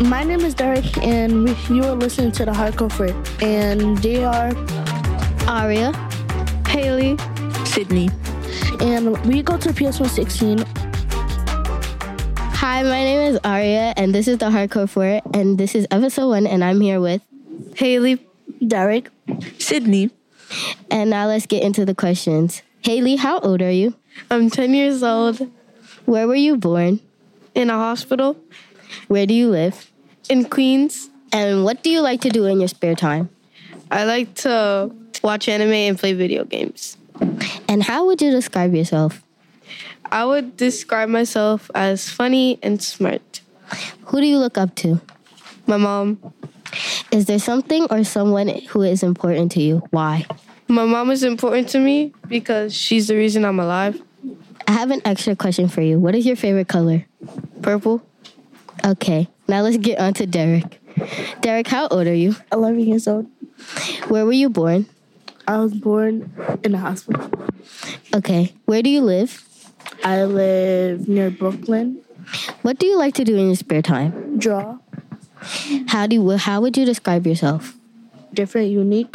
My name is Derek, and we, you are listening to the Hardcore Frit. And they are Aria, Haley, Sydney. and we go to PS116. Hi, my name is Aria, and this is the Hardcore Four, and this is episode one, and I'm here with Haley. Derek, Sydney. And now let's get into the questions. Haley, how old are you? I'm 10 years old Where were you born? in a hospital Where do you live? in Queens. And what do you like to do in your spare time? I like to watch anime and play video games. And how would you describe yourself? I would describe myself as funny and smart. Who do you look up to? My mom. Is there something or someone who is important to you? Why? My mom is important to me because she's the reason I'm alive. I have an extra question for you. What is your favorite color? Purple. Okay, now let's get on to Derek. Derek, how old are you? 11 years old. Where were you born? I was born in a hospital. Okay, where do you live? I live near Brooklyn. What do you like to do in your spare time? Draw, How do you, how would you describe yourself? different, unique.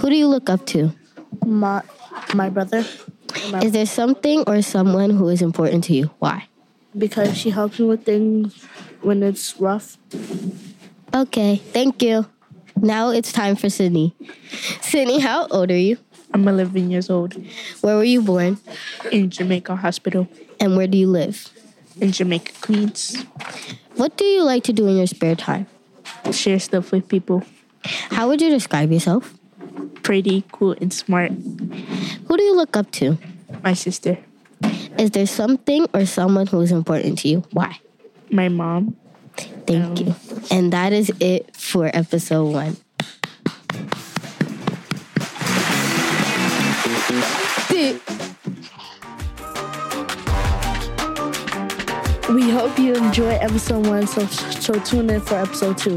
Who do you look up to? My my brother, Is there something or someone who is important to you? Why? because she helps me with things when it's rough. Okay, thank you. Now it's time for Sydney. Sydney, how old are you? I'm 11 years old Where were you born? in Jamaica Hospital And where do you live? in Jamaica, Queens. What do you like to do in your spare time? Share stuff with people. How would you describe yourself? Pretty, cool, and smart. Who do you look up to? My sister, Is there something or someone who is important to you? Why? my mom. Thank you. And that is it for episode one. We hope you enjoy episode one, so so tune in for episode two.